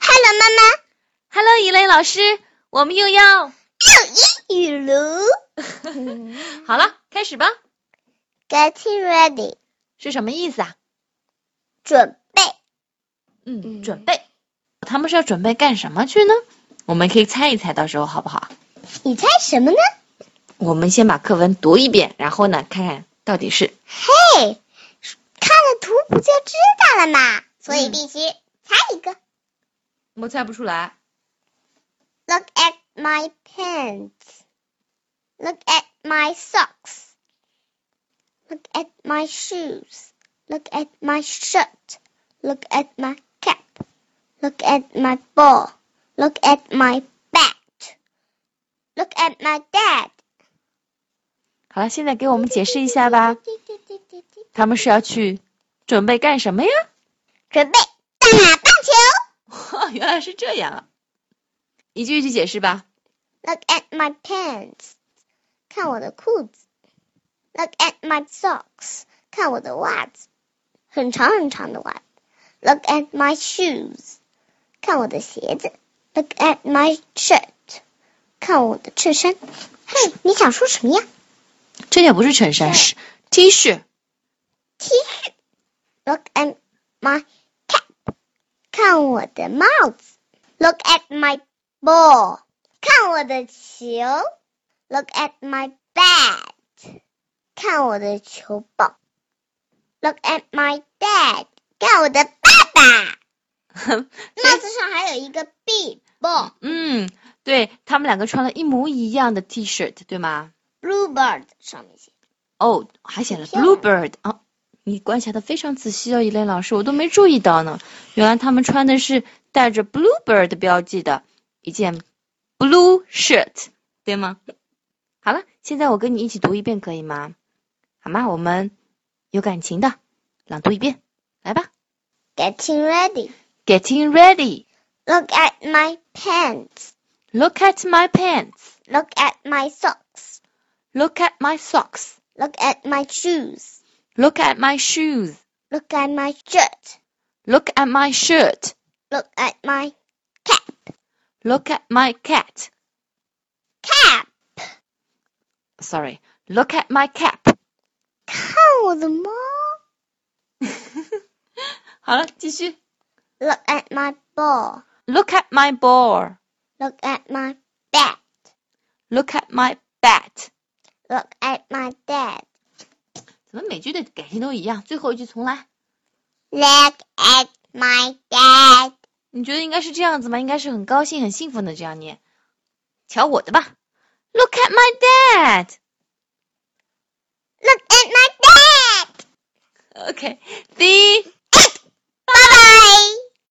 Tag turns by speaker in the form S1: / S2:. S1: 妈妈
S2: Hello，以磊老师，我们又要
S1: 英语喽。
S2: 好了，开始吧。
S1: Getting ready，
S2: 是什么意思啊？
S1: 准备。
S2: 嗯，
S3: 嗯
S2: 准备。他们是要准备干什么去呢？我们可以猜一猜，到时候好不好？
S1: 你猜什么呢
S2: 我们先把课文读一遍，然后呢，看看到底是
S1: 嘿，看了图不就知道了嘛？所以
S2: 嗯
S1: 必须猜一个。
S2: 我猜不出来。
S1: Look at my pants. Look at my socks. Look at my shoes. Look at my shirt. Look at my cap. Look at my ball. Look at my bat. Look at my dad.
S2: 好了，现在给我们解释一下吧。他们是要去准备干什么呀？
S1: 准备打棒球。
S2: 原来是这样啊！一句一句解释吧。
S1: Look at my pants，看我的裤子。Look at my socks，看我的袜子，很长很长的袜子。Look at my shoes，看我的鞋子。Look at my shirt，看我的衬衫。嘿，你想说什么呀
S2: 这件不是衬衫，是 T 恤。
S1: ？T shirt。Look at my cap，看我的帽子。Look at my ball，看我的球。Look at my bat，看我的球棒。Look at my dad，看我的爸爸。帽子上还有一个 b ball
S2: 嗯，对他们两个穿了一模一样的 T 恤，对吗？
S1: bluebird 上面写。
S2: 哦，还写了
S1: 很漂
S2: Bluebird 啊！你观察的非常仔细哦，伊莲老师，我都没注意到呢。原来他们穿的是带着 Bluebird 标记的一件 blue shirt，对吗？好了，现在我跟你一起读一遍，可以吗？好吗？我们有感情的朗读一遍，来吧。
S1: Getting ready.
S2: Getting ready.
S1: Look at my pants.
S2: Look at my pants.
S1: Look at my socks.
S2: Look at my socks.
S1: Look at my shoes.
S2: Look at my shoes.
S1: Look at my shirt.
S2: Look at my shirt.
S1: Look at my
S2: Look at my cat.
S1: cap.
S2: Sorry. Look at my cap.
S1: 看我的猫。
S2: 好了，继续。
S1: Look at my ball.
S2: Look at my ball.
S1: Look at my bat.
S2: Look at my bat.
S1: Look at my dad.
S2: 怎么每句的感情都一样？最后一句重来。
S1: Look at my dad.
S2: 你觉得应该是这样子吗？应该是很高兴、很兴奋的这样念。瞧我的吧。Look at my dad.
S1: Look at my dad.
S2: OK. The.
S1: Bye bye.